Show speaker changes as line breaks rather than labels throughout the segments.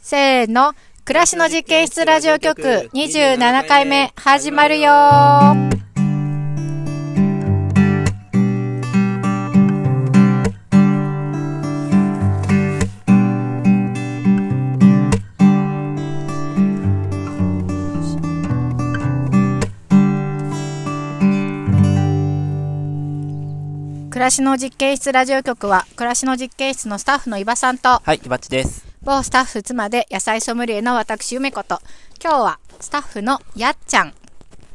せーの、暮らしの実験室ラジオ局27回目始まるよー暮らしの実験室ラジオ局は暮らしの実験室のスタッフの伊庭さんと
はい、イバッチです。
某スタッフ妻で野菜ソムリエの私梅子と今日はスタッフのやっちゃん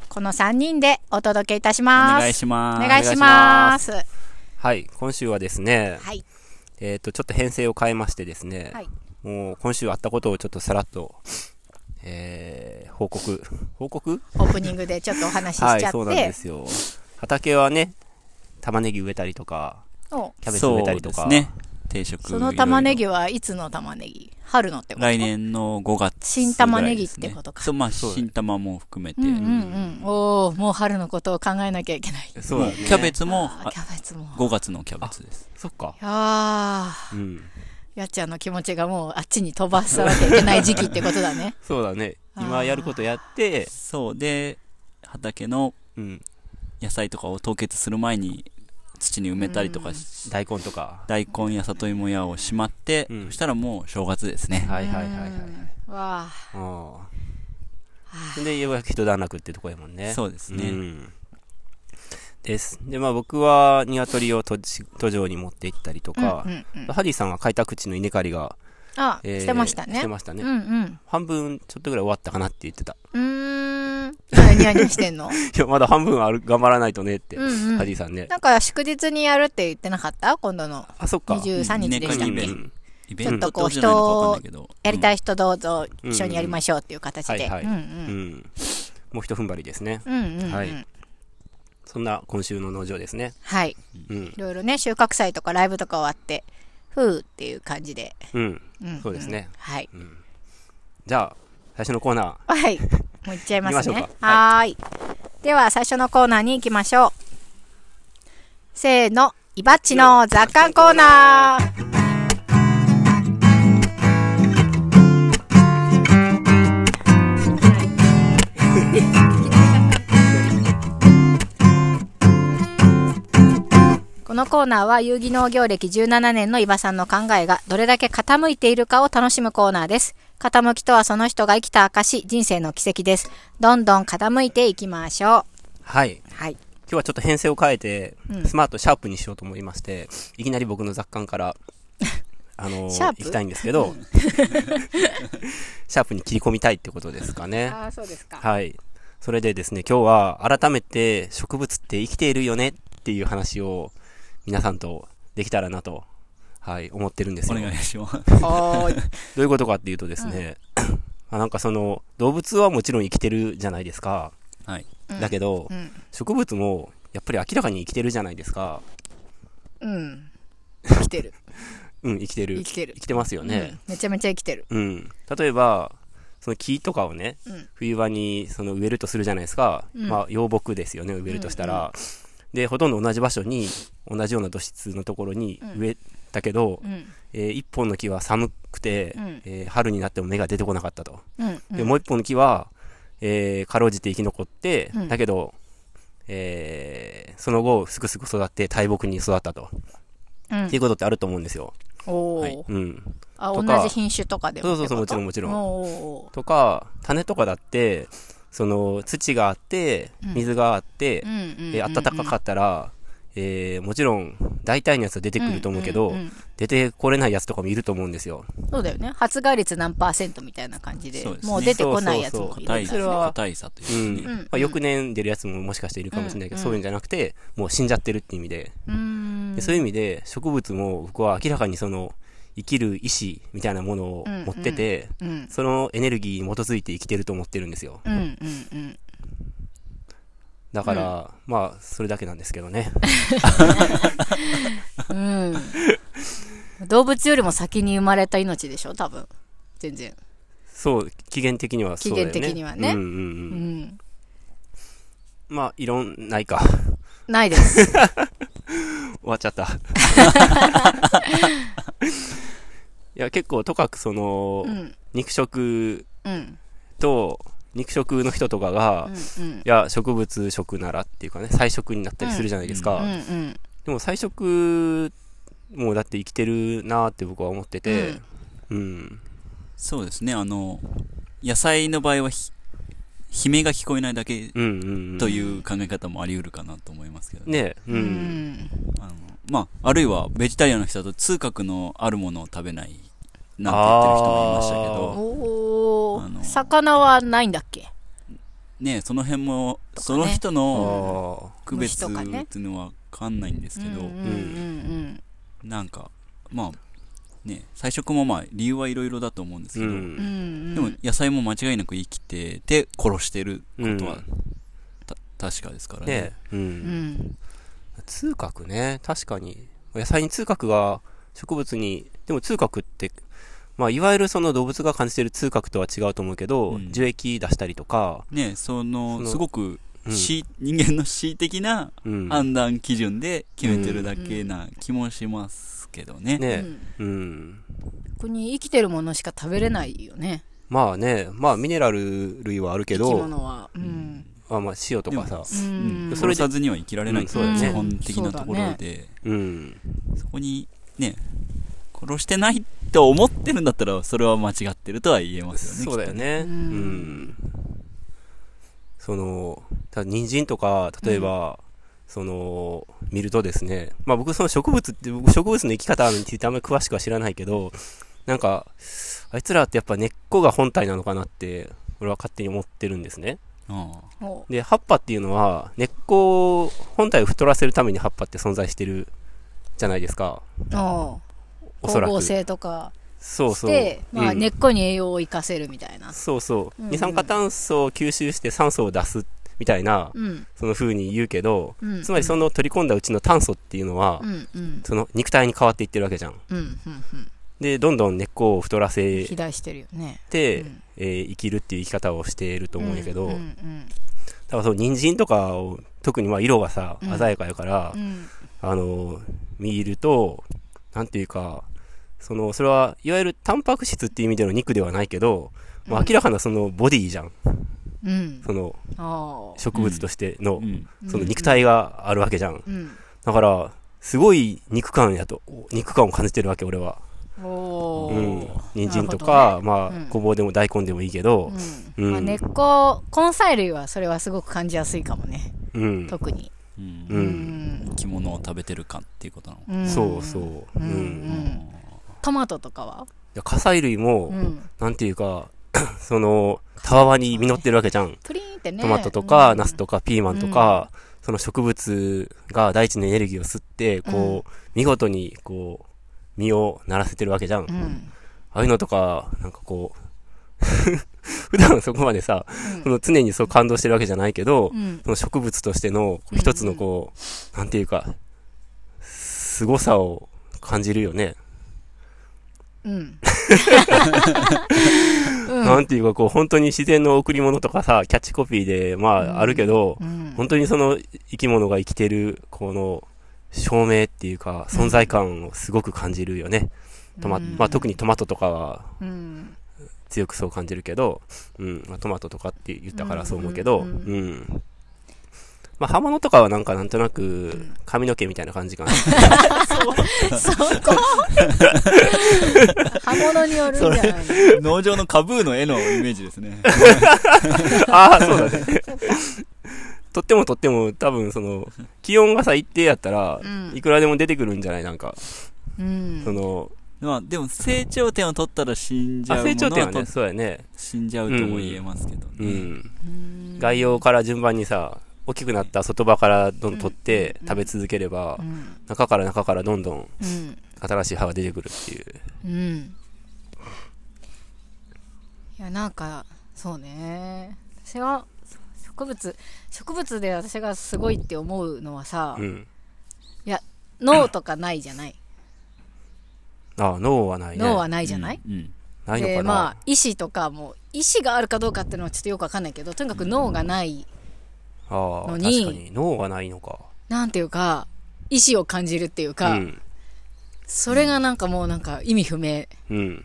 この3人でお届けいたします
お願いします
お願いします
はい、今週はですね、
はい
えっ、と、ちょっと編成を変えましてですね、
はい
もう今週あったことをちょっとさらっと、えー、報告、報告
オープニングでちょっとお話ししちゃっ
は
て、
い、そうなんですよ。畑はね、玉ねぎ植えたりとか、
お
キャベツ植えたりとか、
そうですね。定食。
その玉ねぎ
は
はいつの玉ねぎ春のってこと
来年の5月、
新玉ねぎってことか
そう、まあ、
そうだ
新玉も含めて。
うんうんうんおおもう春のことを考えなきゃいけない
そうだね。
キャベツも、
あーキャベツも
5月のキャベツです。
そっか。
いやー
うん。
やっちゃんの気持ちがもうあっちに飛ばさなきゃいけない時期ってことだね
そうだね。
あ
今
ー
やることやって、
そう、で、畑の
うん、
野菜とかを凍結する前に土に埋めたりとかし、
大根とか。
大根や里芋やをしまって、
うん
そしたらもう正月ですね。
はいはいはいはいはい。
うんわあ
ああ。で、ようやく一段落ってとこやもんね。
そうですね。
うん、です。で、まあ僕は鶏を途中途上に持って行ったりとか
う、んうんうん
ハリーさんは開拓地の稲刈りが、
あ、
えー
してましたね。
してましたね
うんうん。
半分ちょっとぐらい終わったかなって言ってた。
うーん。何々してんの
いや、まだ半分ある、頑張らないとねって、
うんうん
ハリーさんね。
なんか祝日にやるって言ってなかった今度の
あ、そっか。
23日でしたっ
うん
け
ね
うん
イベン
ちょ
ト
っとこう
ってことじゃないのかわかんないけど。
やりた
い。
い人どうぞ一緒にやりましょうっていう形で。
うんはいはいうん
ん。
もう一踏ん張りですね。
うんうん。
は
はいい。
そんな今週の農場ですね。
はい。
うん
い。ろいろね、収穫祭とかライブとか終わって、ふうっていう感じで。
うん。
うんん
そうですね。
はい。
じゃあ、最初のコーナー。
はい。もう行っちゃいます
行き
ね
ましょ。うか
はーい。では、最初のコーナーに行きましょう。せーの、イバッチの雑感コーナー。このコーナーは有機農業歴17年の伊庭さんの考えがどれだけ傾いているかを楽しむコーナーです。傾きとはその人が生きた証、人生の奇跡です。どんどん傾いていきましょ
はい。
う。はい。
今日はちょっと編成を変えて、
うん
スマートシャープにしようと思いまして、いきなり僕の雑感 から、あの
シャー
行
プ
きたいんですけど、 シャープに切り込みたいってことですかね。
あ、そうですか。
はい。それでですね、今日は改めて植物って生きているよねっていう話を皆さんとできたらなと、はい、思ってるんです
お
よ。
願いします。
はーい。
どういうことかっていうとですね、 まあなんかその、動物はもちろん生きてるじゃないですか。
はい。
うん
だけど、
うん。
植物もやっぱり明らかに生きてるじゃないですか。
うん。生きてる。
うん、生きてる。
生きてる
生きてますよ
う
ね
ん。めちゃめちゃ生きてる。
うん。例えば、その木とかをね、
うん
冬場にその植えるとするじゃないですか。
うん
まあ、幼木ですよね、植えるとしたら。で、ほとんど同じ場所に、同じような土質のところに
うん
植えたけど、
うん。
えー一本の木は寒くて、
うん
えー春になっても芽が出てこなかったと。
うん。うん
で、もう一本の木は、えーかろうじて生き残って、
うん
だけど、えーその後、すくすく育って大木に育ったと。
うん
っていうことってあると思うんですよ。
お
は
ー
い
うん。
あ、
と
同
か
じ品種とかでも
そうそうそう
ってこと
もちろんもちろん
おーおーお
とか、種とかだって、その、土があって
うん、
水があって、
ーうんうんうんうん。
えー暖かかったら、えーもちろん、大体のやつは出てくると思うけど、
んんん
出てこれないやつとかもいると思うんですよ。
そうだよね。発芽率何パーセントみたいな感じで、
そうですね
もう出てこないやつもいる
硬い、
それは
硬いさという
う
かね
ん。
うん
まあ、翌年出るやつももしかしているかもしれないけど、
うん
そういうんじゃなくて、もう死んじゃってるって意味で。
うーん
でそういう意味で、植物も僕は明らかにその、生きる意志みたいなものを持ってて、
うん
そのエネルギーに基づいて生きてると思ってるんですよ。
うんうんうん
だから、まあ、それだけなんですけ どね。
うん動物よりも先に生まれた命でしょ多分全然
そう、期限的にはそうだよね。
起源的にはね
うん
う
うんうん。
ん
まあ、いろんないか。
ないです
終わっちゃった。いや、結構、とかくその、
うん
肉食
うん
と、肉食の人とかが、
うん
い
うん
や、植物食ならっていうかね、菜食になったりするじゃないですか。
うんうん
でも菜食、もうだって生きてるなーって僕は思ってて、うん。
そうですね、あの、野菜の場合はひ、悲鳴が聞こえないだけ
うんうんうん
という考え方もあり得るかなと思いますけどね。
ねえ、う。
うんん
あのまあ、あるいは、ベジタリアンの人だと、痛覚のあるものを食べない、なんて言ってる人もいましたけ
あ
ど、
お
あ
ー
の
魚はないんだっけ
ね、その辺も、
とかね
その人
あ
の
あ。
区別
虫とかね
っていうのはわかんないんですけど、
うんうんうん
なんか、まあ、ね、菜食もまあ、理由はいろいろだと思うんです
う。
けど、
うんうんん
でも野菜も間違いなく生きてて殺してることは、
うん
た確かですからね
ねえ、う。
うんん
痛覚ね、確かに。野菜に痛覚が、植物に、でも痛覚って、まあ、いわゆるその動物が感じてる痛覚とは違うと思うけど、
うん
樹液出したりとか、
ねその
その
すごく、
うん
し人間の恣意的な
うん。ね
判断基準で決めてるだけな気もしますけどね,、
う
え、
ん
うん。
ここに生きてるものしか食べれないよね
まあね、まあミネラル類はあるけ
生き
ど、
物はうん
あまあ塩とかさ、
うん
それで殺さずには生きられないっていう
うんそうだね
基本的なところで、
うん。
そこにね殺してないと思ってるんだったらそれは間違ってるとは言えます
そう
よね
だよね。
きっ
う
とね
ん。その、た人参とか、例えば、その、見るとですね、まあ僕その植物って、僕植物の生き方についてあんまり詳しくは知らないけど、なんか、あいつらってやっぱ根っこが本体なのかなって、俺は勝手に思ってるんですね。
きっとね
お
で、葉っぱっていうのは、根っこ、本体を太らせるために葉っぱって存在してるじゃないですか。
お
おそ
光
らく。
合成とか
そう
し
そう。
てまあ
うん
根っこに栄養を生かせるみたいな
そうそ
う
う、
んうん
二酸化炭素を吸収して酸素を出すみたいな、
うん
その風に言うけど、
うん
つまりその取り込んだうちの炭素っていうのは、
うんうん
その肉体に変わっていってるわけじゃん。
うんうんうん
で、どんどん根っこを太らせ
肥大してるよね
て、
うん
えー生きるっていう生き方をしていると思うんやけど、
うんう
だ
ん
からその人参とかを、特にまあ色がさ、
うん
鮮やかやから、
うん
あの、見ると、なんていうか、その、それは、いわゆるタンパク質っていう意味での肉ではないけど、まあ明らかなそのボディじゃん。
うん
その
ああ
植物としての、
うんうん
その肉体があるわけじゃん。
うん
だから、すごい肉感やと、お肉感を感じてるわけ、俺は。
お
う
ー
ん。人参と
なる
か、ま
うん
あ、ごぼうでも大根でもいいけど、
うんまあ、
うん
根っこ根菜類はそれはすごく感じやすいかもね
うん。
特に
うん
うん
生き物を食べてる感っていうことなの、
ん
そうそう。う。
うんんうんトマトとかは
火砕類も、
うん
なんていうか、 その、たわわに実ってるわけじゃん。
プリンってね
トマトとか、
うん
ナスとか、ピーマンとか、その植物が大地のエネルギーを吸って、こう、見事に、こう、実をならせてるわけじゃん
う。ん
ああいうのとか、なんかこう、 普段そこまでさ、その常にそう感動してるわけじゃないけど、
うん
その植物としてのこ
うん
う一つのこう、なんていうか、凄さを感じるよね。
うん
なんていうかこう、本当に自然の贈り物とかさ、キャッチコピーで、まああるけど、
うん
本当にその生き物が生きてる、この、証明っていうか、存在感をすごく感じるよね。トマ、
うん
まあ特にトマトとかは
うん
強くそう感じるけど、うん、まあトマトとかって言ったからそう思うけど、
う
うんん
うん
まあ、刃物とかはなんかなんとなく
ん
髪の毛みたいな感 じかな。
そこ刃物によるんじゃないの
農場のカブーの絵のイメージですね
ああ、そうだね。とってもとっても多分その、気温がさ、一定やったら
う、ん
いくらでも出てくるんじゃないなんか、
うん
その、
まあでも成長点を取ったら死んじゃ
あ
うもの
成
は
長点は
取
ね、
っ
そうやね。
死んじゃうとも言えますけどね、
うん。
うん
概要から順番にさ、大きくなった外葉からどんどん取って食べ続ければ
う、ん
中から中からどんどん
うん
新しい葉が出てくるっていう。
うんいやなんかそうね私は植物植物で私がすごいって思うのはさ、
うん。
脳とかないじゃない
ああ、脳はないね。
脳はないじゃない、
うんうん
ないのか
で
な、
まあ意思とかも意思があるかどうかっていうのはちょっとよくわかんないけどとにかく脳がない、
ああ
の
確か
に
に脳がないのか
なんていうか意思を感じるっていうか、
うん
それがなんかもうなんか意味不明
うん。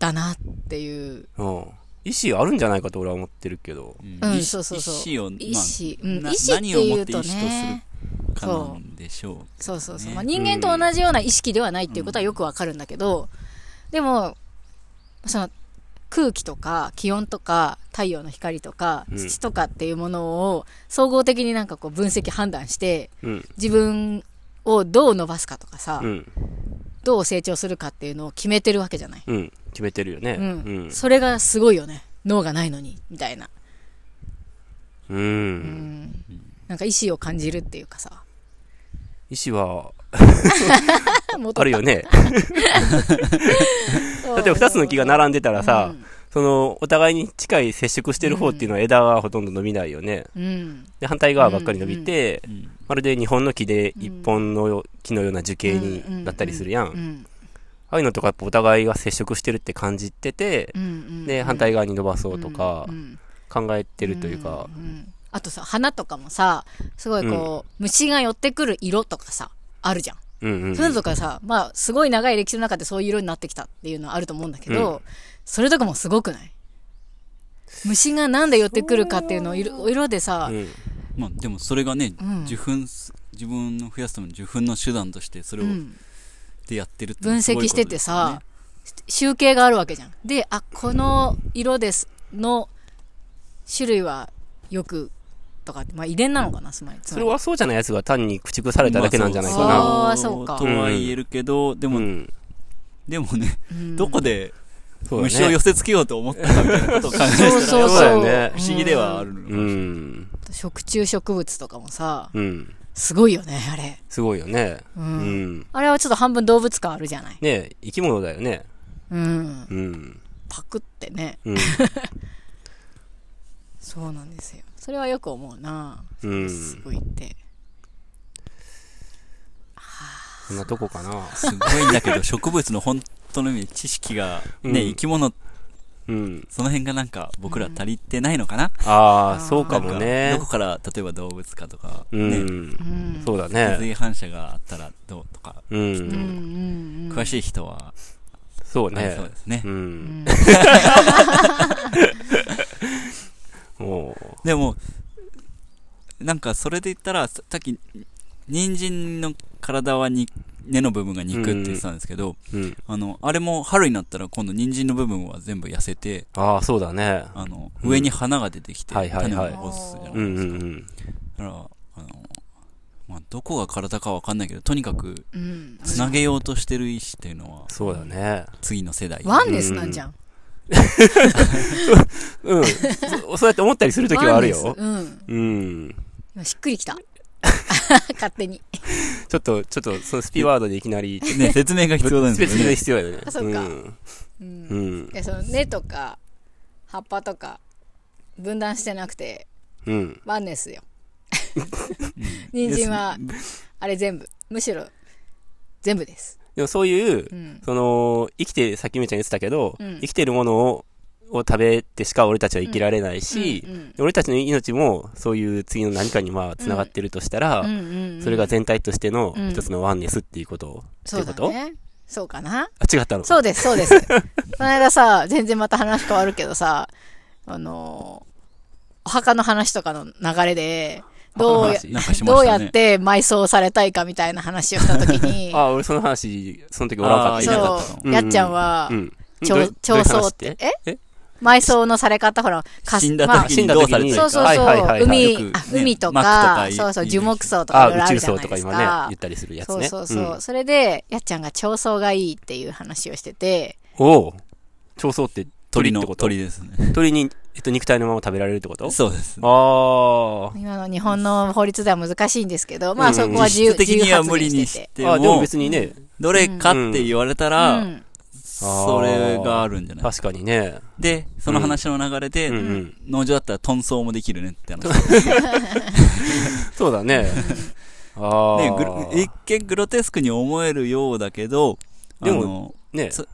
だなっていう。
うん。意思あるんじゃないかと俺は思ってるけど。
うん、
意
そうそうそう。
意思を、ま
意思。うん、意
な
思っていうと
何をもって意思とする
ね。
あ、かなんでしょ
そうそうそう。
ね
まあ、人間と同じような意識ではないっていうことはよくわかるんだけど、でも、その、空気とか気温とか太陽の光とか
うん
土とかっていうものを総合的になんかこう分析判断して
うん。
自分をどう伸ばすかとかさ、
うん。
どう成長するかっていうのを決めてるわけじゃない、
うん。決めてるよね。
う
うんん。
それがすごいよね脳がないのにみたいな、
う。
うんん、なんか意志を感じるっていうか さ
意思は
戻った
あるよね。
そう
例えば二つの木が並んでたらさ、その、お互いに近い接触してる方っていうのは枝がほとんど伸びないよね。
うん、うん
で、反対側ばっかり伸びて、
う。うん
まるで日本の木で一本の木のような樹形になったりするやん。
うんうん
ああいうのとかやっぱお互いが接触してるって感じてて、
うんうん
で、反対側に伸ばそうとか
うんうん
考えてるというか、
うんうんあとさ花とかもさすごいこう、虫が寄ってくる色とかさあるじゃん
うんうん。
そういうのとかさ、まあ、すごい長い歴史の中でそういう色になってきたっていうのはあると思うんだけど、
うん
それとかもすごくない虫がなんで寄ってくるかっていうのを色色でさ、
うん
まあ、でもそれがね、
うん
受粉す、自分の増やすための受粉の手段として、それを、
うん
でやってるっての
分
はすご
析
い
し
ことですよね
ててさ、集計があるわけじゃん。で、あ、この色です、の種類はよく、とかって、まあ遺伝なのかな、つまり。つ
そ
ま
れ
り
はそうじゃないやつが単に駆逐されただけなんじゃないか
まあ
な。
あーそうか
とは言えるけど、で
う
も、
ん。
でもね、
うん
どこで
そう
虫を
だね。
寄せつけようと思ったかみたいなことを考えたら、
そうそう
そう
そう。
だよね
不思議ではあるのか
う
もしれない
ん。
食虫植物とかもさ、
うん。
すごいよね、あれ。
すごいよね。
う。
うんん。ね
あれはちょっと半分動物感あるじゃない。
え生き物だよね。
うん。
うん。
パクってね。
うん。
そうなんですよ。それはよく思うな。
うん
すごいって。
そんなとこかな。
すごいんだけど、植物の本当の意味で知識が、ね、
うん
生き物、
うん。
その辺がなんか僕ら足りてないのかな、
ああ、そう
な
か
ん
も
か
ね
どこ。から、例えば動物かとか、
う
ね、
ん。
うん。
そうだ
水
ね。
位反射があったらどうとか、
う
うんう
ん。
んうん。
詳しい人は、
そう
あり
ね
そう。ですね
う。。
うんん
も
でも、なんかそれで言ったら、ささっき、人参の体はに根の部分が肉って言ってたんですけど、
う。うん。
あの、あれも春になったら今度人参の部分は全部痩せて、
ああ、そうだね。
あの、
うん
上に花が出てきて、
はいはいはい
種が落ちてるじゃ
う
ない
ん
で
う
すか。
ん
だから、あの、まあ、どこが体かわかんないけど、とにかく、
うん。
つなげようとしてる意志っていうのは、
そうだね。
次の世代。
ワンネスなんじゃん。
うん。そそうやって思ったりするときは
ワ
あ
ン
る
ネス
よ。
うん。
うん。
今しっくりきた。 勝手に。
ちょっと、ちょっと、そのスピワードでいきなり、
ね、説明が必要なんで
別
すよ
に
ね。
必要やね。
あそうか
ん。
うん
う。ん
い。やその根とか葉っぱとか分断してなくて
うん。
ワンネスよ人参はあれ全部むしろ全部です
でもそういう
う、ん
その、生きて、さっきめちゃん言ってたけど、
うん
生きてるものを、を食べてしか俺たちは生きられないし
う、ん
俺たちの命も、そういう次の何かにまあ、繋がってるとしたら、
うんうんうん
それが全体としての
うん
一つのワンネスっていうこと、って
そ
いう
う
こ
だ
と、
ねそうかな
あ、違ったの
そうですそうです この間さ全然また話変わるけどさあのーお墓の話とかの流れで どうや
お墓の話
なんかしましたね。
どうやって埋葬されたいかみたいな話をした時 に
あ、俺その話、その時おらんか
あ
っ
ー
た
いなか
そ
ったの
う、やっちゃんは、
うん。
ちょ
どう
ちょうそうっ
どい
て
話
え
え
埋葬のされ方、ほら、かす
死んだ
まあ
時にどうされてる
そ
か
うそう
はいはい
そう、
はいはい
海
よ
あ
くね
海と
マ
か
ックとか、い
そうそう、
いい
樹木葬とか
あ、
いろいろ
宇
あるじゃ
宙層
ないで
とか
す
今ね、言
か
っ。たりするやつ
そう
ね。
そうそう。それで、やっちゃんが長層がいいっていう話をしてて、
うん。おお。長層って鳥っ
鳥の
てこと
鳥ですね。
鳥に、えっと、肉体のまま食べられるってこと
そうです。
ああ。
今の日本の法律では難しいんですけど、まあ
うん
そこは自
実
由
質的には無理
自由
に
発
し
言
て
あ、でも
も、
別にね、
どれかって言われたら、
てて。
それがあるんじゃない
確かにね。
で、その話の流れで、
うんうん
農場だったらトンソーもできるねって話。
そうだね。ああ。
ね、グロ一見グロテスクに思えるようだけど、
でも
あの、
ね
そ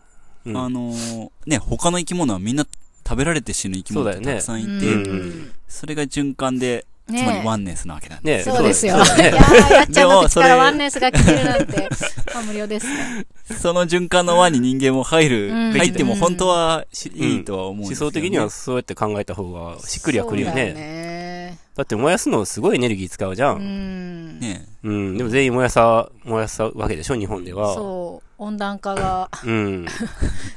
うん
あのーね、他の生き物はみんな食べられて死ぬ生き物っ
そ
て
うだよね
たくさんいて、
う
そ,、
ん。うん
れが循環で、つまり
ね
ワンネスなわけなんで。
ね
そうですよ。
そうで
いや
すね
ー、やっちゃんの
でも
口
そ
か
れ
らワンネスが来てるなんて、まあ無料ですね。
その循環の輪に人間も入る、
うん
入っても本当はし
うん
いいとは思うん
思
ですけ
想
どね、
的にはそうやって考えた方がしっくりはくるよ
そうだ
ね。だって燃やすのすごいエネルギー使うじゃ。
うんん。
ね
うん、でも全員燃やさ、燃やさわけでしょ、日本では。
そう。温暖化が
うん。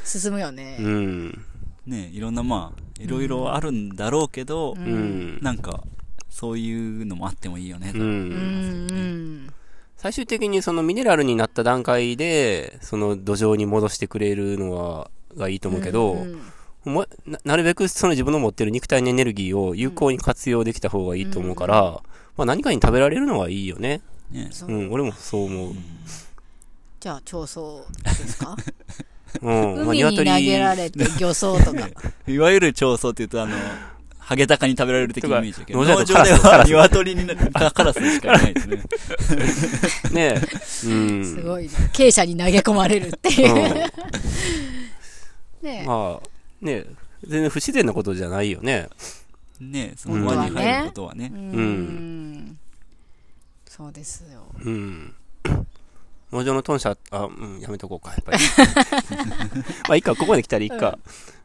進むよね
う。ん。
ねいろんなまあ、いろいろあるんだろうけど、
う
うん。うん
なんか、そういうのもあってもいいよね。
う。
うんん。
最終的にそのミネラルになった段階で、その土壌に戻してくれるのは、がいいと思うけど、
うん
もななるべくその自分の持ってる肉体のエネルギーを有効に活用できた方がいいと思うから、まあ何かに食べられるのはいいよね。、
ね
そううん
俺もそう思 う。
じゃあ、長層ですか
うん、
海に投げられて漁層とか。
いわゆる長宗って言う と、あの、ハゲタカに食べられる的なイメージだけど、
とか
農場では鶏になカラスしかいないです ね。
ねえ。うん。
すごいね。傾斜に投げ込まれるって
う
い
ん。
う。ねえ
まあ、ねえ、全然不自然なことじゃないよね。
ねその輪に入ることはね
う。。
うん
そうですよ。
うん。農場の豚舎、あ、うん、やめとこうか、や っぱり。まあ、いいか、ここまで来たらいいか。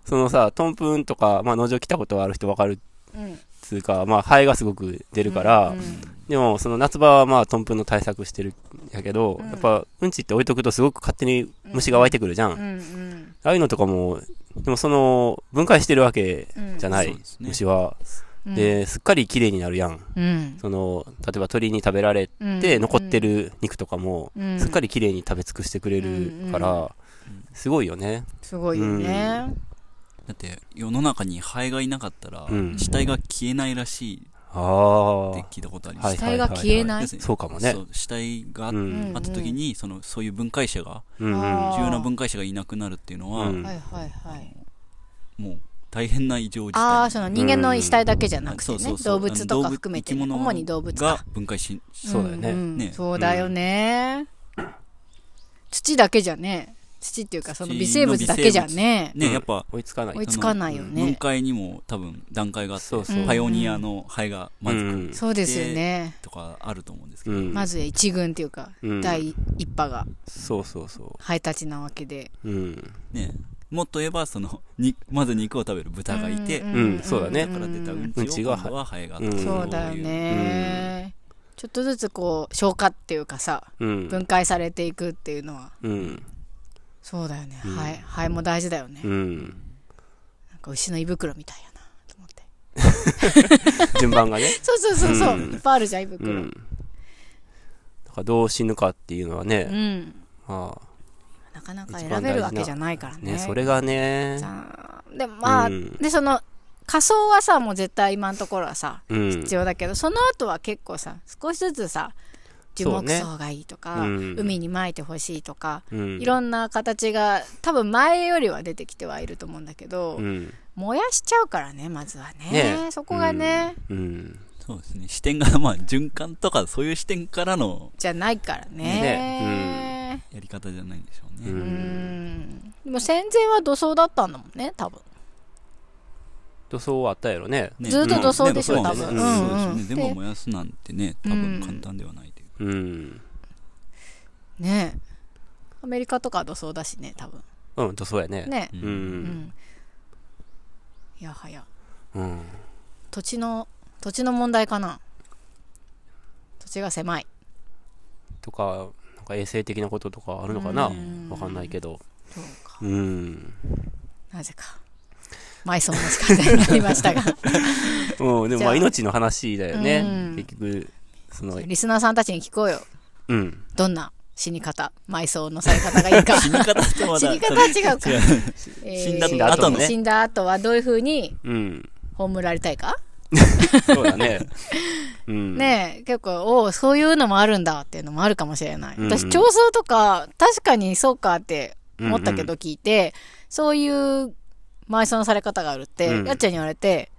そのさ、トンプンとか、まあ、農場来たことある人わかるっ
うん。
つうか、まあ、ハエがすごく出るから、
うん
でも、その夏場はまあ、トンプンの対策してるんやけど、
うん
やっぱ、うんちって置いとくとすごく勝手に虫が湧いてくるじゃん。
うんうん
ああいうのとかも、でもその、分解してるわけ
うん。
じゃない、
そうですね
虫は。
うん、
で、すっかり綺麗になるやん。
うん、
その、例えば鳥に食べられて、残ってる肉とかも、
うん、うん
すっかり綺麗に食べ尽くしてくれるから、
うん
すごいよね。
すごいよね。
だって、世の中にハエがいなかったら
う、ん
死体が消えないらしい
あ
って
あ。
聞いたことありま
は
す
い
死。体が消えない。
要するに
そうかもね
そ。う死体があ
う
っ
ん。
あった時に、その、そういう分解者が、
うん。うん
あー
重要な分解者がいなくなるっていうのは、
うん
はいはいはい。
もう、大変な異常事態。
ああ、その人間の死体だけじゃなくて
そうそ
ね
う、そ
動
う
物とか含めてね、
あの動物
主に動物
が
か。
分解し、
そうだよね
んん
ね
そうだよね。土だけじゃね、土っていうかその微生物だけじゃね、
ね、
うん
やっぱ、
追いつかない
追。いつかないよね
分解にも多分段階があって、
そう
そう
パイオニアのハエがまず来る
そうですよね。
とかあると思うんですけ
う
ど、
ん。
まず一軍っていうか、
うん
第一波が
そうそうそ
ハエたちなわけで。
う。うん。
ね、もっと言えば、その、に、まず肉を食べる豚がいて、
ん
うんそうだね
だから出たうん
うん
ち
ち
を
が
今度はハエが
うん
そうだよね、ちょっとずつこう消化っていうかさ
うん。
分解されていくっていうのは
うん。
そうだよね、
うん
ハエハエも大事だよね、
うん。
なんか牛の胃袋みたいやなと思って
順番がね。
そうそうそうそう、
うん
いっぱいあるじゃん胃
う
袋うん、
ん。だからどう死ぬかっていうのはね、まあ
なかなか選べるわけじゃないからね
ね、それがね、
さあでもまあ、
うん
でその仮想はさもう絶対今のところはさ
うん。
必要だけど、その後は結構さ少しずつさ樹
そう
木
ね
層がいいとか、
うん
海にまいてほしいとか、
うん
いろんな形が多分前よりは出てきてはいると思うんだけど、
うん。
燃やしちゃうからねまずはね
ねえ
そこがね、
うん。
そうですね。視点が、 まあ、循環とか、そういう視点からの
じゃないからね
ね
やり方じゃないんでしょうね。
う。
うんんでも戦前は土葬だったんだもんね多分
塗装はあったやろね。
ね
ずっと土葬
ね
でしょ
ね
多分
そうですね
うんうん
そうですね。でも燃やすなんてね、多
うん
分簡単ではないという。
うん。
ねえアメリカとかは土葬だしね多分
うん、塗装やね。
ね
う。
うんんいやはや
うん。
土地の土地の問題かな土地が狭い
とか、なんか衛生的なこととかあるのかな
うん
わかんないけど。
そうか
うん。
なぜか埋葬の仕方になりましたが
うん、でも
じゃ
ま
あ
あ命の話だよ
うん
ね。結局、その、
リスナーさんたちに聞こうよ。
うん。
どんな死に方、埋葬のされ方が いいか。
死に方ってまだ、
死に方は違うか
それ違う。
えー
死んだ後のね
死んだ後はどういうふうに
うん。
葬られたいか、
そうだね。 うん。
ねえ、結構、おお、そういうのもあるんだっていうのもあるかもしれない。
うんうん
私、調査とか、確かにそうかって思ったけど
うん
聞いて、そういう埋葬のされ方があるって、
うん
やっちゃんに言われて、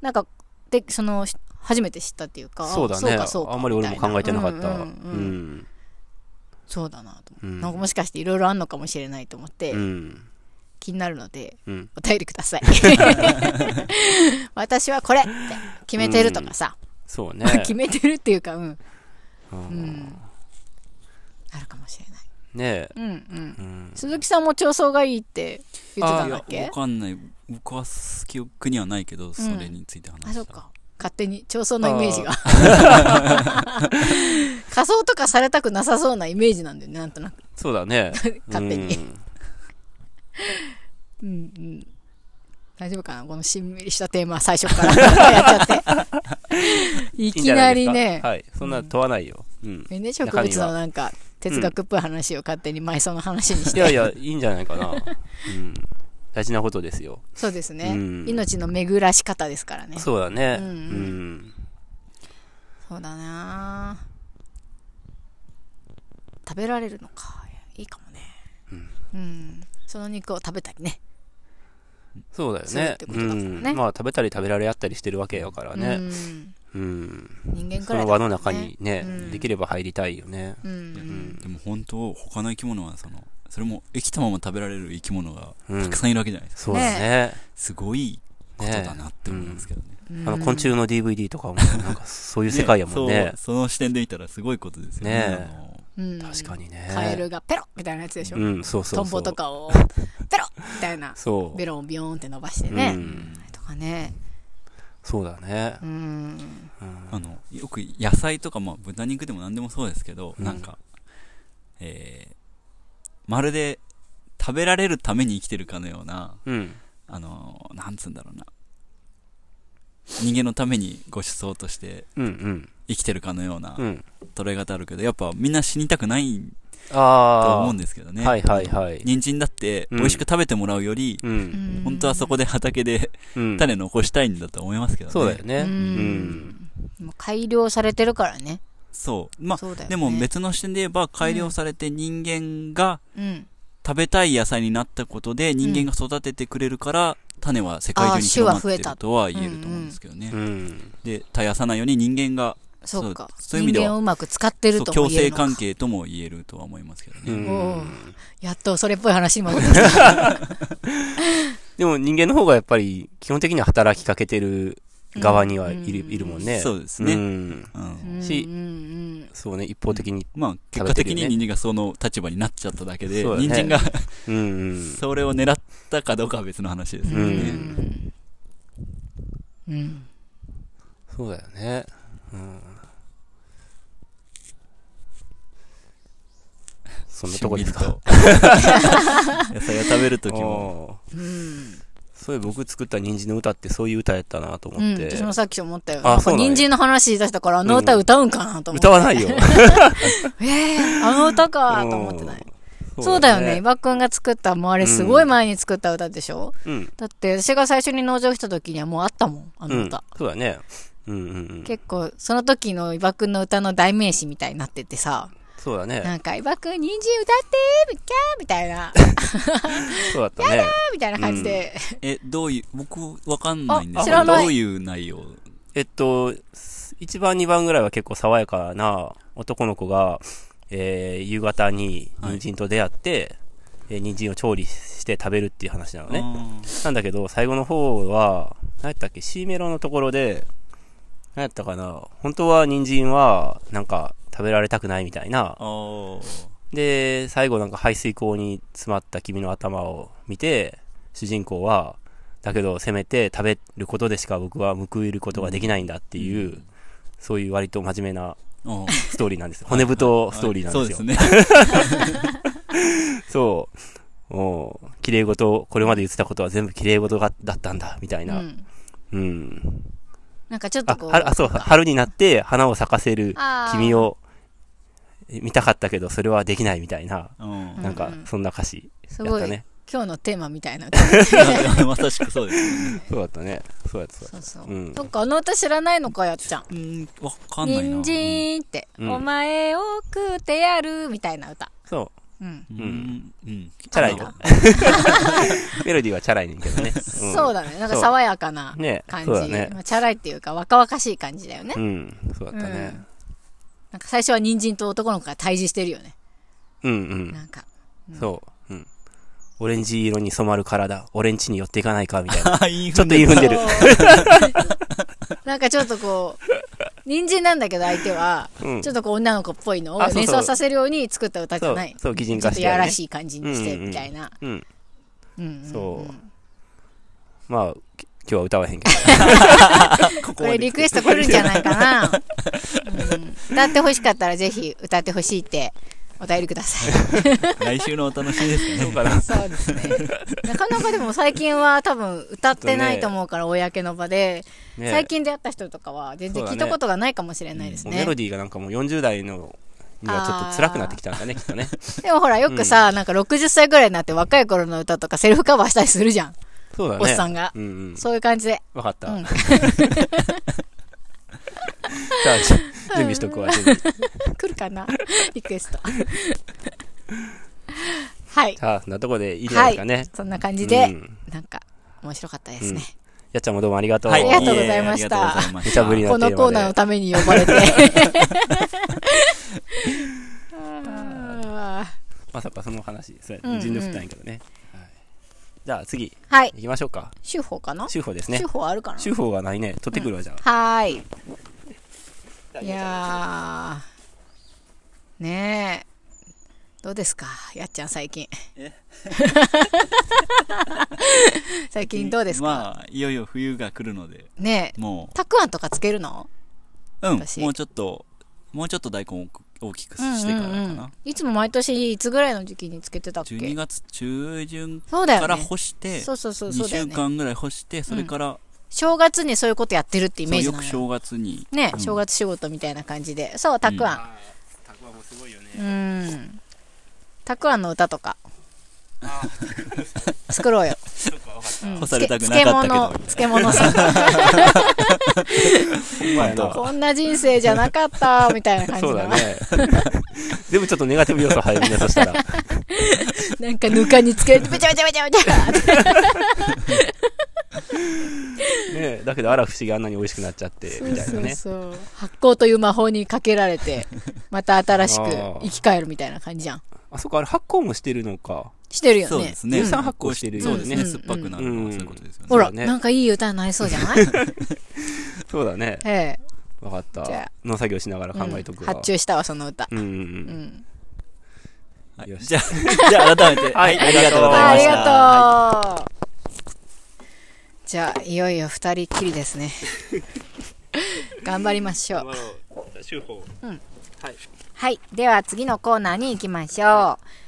なんか、で、その、し初めて知ったっていうか、
そうだ
そう
ね
かそう。か
あんまり俺も考えてなかった。
みたいな
う
うんうんうん
ん。
そうだなと思って、
うん
なんかもしかしていろいろあんのかもしれないと思って、
うん。
気になるので、
うん。
お便りください。私はこれって決めてるとかさ、
そうね
まあ。決めてるっていうか、うん。
う
うんん。あるかもしれない。
ねえ。
うんうん。
うん
鈴木さんも調相がいいって言ってた
あ
ん
い
だっ
や
け
わかんない僕は記憶にはないけどそれについて話した、
あ、そっか。勝手に、調相のイメージが。 仮装とかされたくなさそうなイメージなんだよね、なんとなく。
そうだね。
勝手に
うん。
うんうん。大丈夫かなこのしんみりしたテーマ、最初から やっちゃ って。い
いいん
き
じゃな
ない
です
り
か
ね、
はい。そんな問わないよ。うん。
ね植物のなんか、哲学っぽい話を勝手に埋葬の話にし
い
て。
やいや、いいんじゃない かな。うん。大事なことですよ。
そうですね。
うん
命の巡らし方ですからね。そう
そうだね。
う
うん
うん
ん。
だなあ食べられるのか。いいかもね。うん。その肉を食べたりね。
そうだよ
そうっ
ね
て。こと
う
だからね
ん。まあ、食べたり食べられ合ったりしてるわけやからね。うん。
うん。人間く
そ
らいだからね、
の輪の中にね
うん、
できれば入りたいよね。
うん。
でも本当他の生き物はそのそれも生きたまま食べられる生き物が
うん
たくさんいるわけじゃないですか、
そうだね。
すごいこと
ね
だなって思いますけどね
うん
あの、昆虫の DVD とかも、なんか、そういう世界やもんね
そう。その視点で見たらすごいことですよね
ね
あの
うん
確かにね。
カエルがペロッみたいなやつでしょ。
うん、そうそ
ト
うそう。
ンボと。かをペロッみたいな。
そう。
ベロをビヨーンって伸ばしてね。
うん
とかね。
そうだね
う。ん。
あのよく野菜とか、まあ、豚肉でも何でもそうですけど、
うん
なんか、えーまるで食べられるために生きてるかのような
うん。
あのなんつうんだろうな人間のためにご馳走として
うんうん。
生きてるかのような
うん。
捉え方あるけどやっぱみんな死にたくないとは
あ
思う
あ
ん。ですけどね
はいはいはい。
人参だって
うん
美味しく食べてもらうより、
うん。
本当はそこで畑で
うん。
種残したいんだと思いますけどね
そうだよ
で
ね。
う
うん。
ん。もう改良されてるからね。
そうまあ
そうだよね。
でも別の視点で言えば改良されて人間が
うん。
食べたい野菜になったことで人間が育ててくれるから、種は世界中に広まってるとは言えると思うんですけどね、
うん。
で絶やさないように人間が
そうか。
そうそういう意味では
人間をうまく使ってる
そう
と
共
も言える
生
のか
関係とも言えるとは思いますけどね、
うん
おーやっとそれっぽい話 に戻ってきた。
でも人間の方がやっぱり基本的には働きかけてる側にはいる,、
うん
いるもんね。
そうですね
ん
うん
し
うんうん
そうね、一方的に。
まあ結果的に人間がその立場になっちゃっただけで、
そうだね
人参が
うん、うん。
それを狙ったかどうかは別の話です
う
よ
ん
ね、
うんうん。
そうだよね。うん。そんなとこです
しん
か。
みりと野菜を食べるときも
あー
うん
そういう僕作った人参の歌ってそういう歌やったなと思
うん、
って。
私もさっき思ったよ。
あ
なん
そ
か
うなんや
人参の話出したから、あの歌歌うんかなと思って。
歌 わないよ。
ええあの歌かと思ってない。
うん
そうだよね。伊。庭くんが作った、もうあれすごい前に作った歌でしょ、
うん。
だって、私が最初に農場来た時にはもうあったもん、あ
う
の
ん
歌。。
そうだね。うんうんうん。
結構、その時の伊庭くんの歌の代名詞みたいになっててさ、
そうだね。
なんか、伊庭くん人参歌ってキャーみたい な、
そうだったね。
みたいな感じで、
えどういう僕わかんないんで
あ
す
知
け
ら
どど
ないう
いう内容
えっと、1番、2番ぐらいは結構爽やかな男の子が、えー夕方に人参と出会って、えー人参を調理して食べるっていう話なのね。
あー
なんだけど、最後の方は、何やったっけ、シーメロのところで、何やったかな、本当は人参は、なんか、食べられたくないみたいな
あ。ー
で、最後なんか排水口に詰まった君の頭を見て、主人公は、だけどせめて食べることでしか僕は報いることができないんだっていう、
うん
そういう割と真面目な
あー
ストーリーなんです。骨太ストーリーなんですよ。
そうですね。
そう。もう、綺麗事、これまで言ってたことは全部綺麗事がだったんだ、みたいうな。
ん。
うん。
なんかちょっと
あ、
こう、
はあ、そう、春になって花を咲かせる
あー
君を見たかったけど、それはできないみたいな、
うん
なんか
うんうん、
そんな歌詞
す
やっ
ごい、
たね。
今日のテーマみたいな。
まさしくそうですね。
そうだったね。そうやった。
そうそう。
うん
そっか、あの歌知らないのか、やっちゃん。
うん、わかんないな。
人参って、
うん
お前を食うてやる、みたいな歌。
そ
うん。
うん。うん。
チャラい
な
な。メロディーはチャラいねんけ どね。
そう
だ。
だね。なんか爽やかな
ね
感じ。
そうだね
ま。あチャラいっていうか、若々しい感じだよね。
うん。そうだったね。
なんか最初は人参と男の子が対峙してるよね。
うん
なんか。
うん。そう。うん。オレンジ色に染まる体、俺んちに寄っていかないか、みたいな。
あ、いい
ちょっと言い踏んでる。
なんかちょっとこう、人参なんだけど相手は、
うん
ちょっとこう女の子っぽいのを
あそうそう
連想させるように作った歌じゃない。
そうそう擬人
ちょ
化
っと
して、
い
ね、
やらしい感じにして、みたいな。
うん
うんうんうん
そうまあき今日は歌わへんけど
こ
こ
ま
れ
で
リクエスト来るんじゃないか な。うん歌ってほしかったらぜひ歌ってほしいってお便りくだ さい。
来週のお楽しみですかね。
そうですね。なかなかでも最近は多分歌ってないと思うから、公の場で、
ね
最近出会った人とかは全然聞いたことがないかもしれないです
もう
ね。
メロディーがなんかもう40代のにはちょっと辛くなってきたんだねき っとね
でもほら、よくさ、なんか60歳ぐらいになって若い頃の歌とかセルフカバーしたりするじゃん。
そうだね
おっさんが
うんうん
そういう感じで。
分かった、
うん
じゃあじゃ準備し とくわ準備
来るかな リクエスト。はい。
さあそんなとこでいいじゃないですかね、
そんな感
う
じ
ん
で、なんか、面白かったですね。
やっちゃんもどうもありがとう、
ありがとうございました
ありがとうございま
無
し
茶ぶりな
こ
テーマ
の
で
コーナーのために呼ばれて。あ
まさかその話そう
うんう
や
ん
人類負担やけどね、はいじゃあ次
ーはい。
行きましょうか
手法かな
修法ですね
手法あるかな
修法がないね取ってくるわじゃあ、
はーい。い
じゃあ
やー、ねえ、どうですか、やっちゃん、最近。 最近どうですか、
まあ、いよいよ冬が来るので、
ねえ、
も
たくあんとかつけるの
う、うん、
私
もうちょっと、もうちょっと大根を大きくしてからか
うんうんう。
なん
いつも毎年、いつぐらいの時期につけてたっ
12
け
月中旬
そうだ
か
よ
ら
ね。
干して、
そうそうそう、そ
2
うだよ
週
ね。
間ぐらい干して、それから、
正月にそういうことやってるってイ
そ
メ
う
ージ
よ
な
く
のよ。
正月に、
ねえ、
うん
正月仕事みたいな感じで。そう、たくあん。
たくあんもすごいよね
うん。たくあんの歌とか。作ろうよ。うん
干されたくなかったけど
漬物漬物さ
うまいな
こんな人生じゃなかったみたいな感じ
そう
の、
だね でもちょっとネガティブ要素入るねそしたら
なんかぬかにつけるべちゃべちゃべちゃべちゃって
ねだけどあら不思議あんなに美味しくなっちゃってみたいなね
そうそう発酵という魔法にかけられ てまた新しく
あー
生き返るみたいな感じじゃん
あそこあれ発酵もしてるのか
してるよね
そうですね。
乳酸発酵してるよね
そうです
う
ね。
んうん
酸っぱくなるのはそういうことですよね。
ほら、
そうだね
なんかいい歌になりそうじゃない
そうだね
ええ
わかっ
じゃあ
た農作業しながら考えとく
うん
わ
発注したわその歌、
うんうん
う
うん
ん、
はい
よし
じゃあ、じゃあ改めて、
はいありがとうご
ああ
ざいま
り
した
がとう、じゃあいよいよ二人っきりです ね頑張りましょう
修法
はい。では次のコーナーに行きましょう。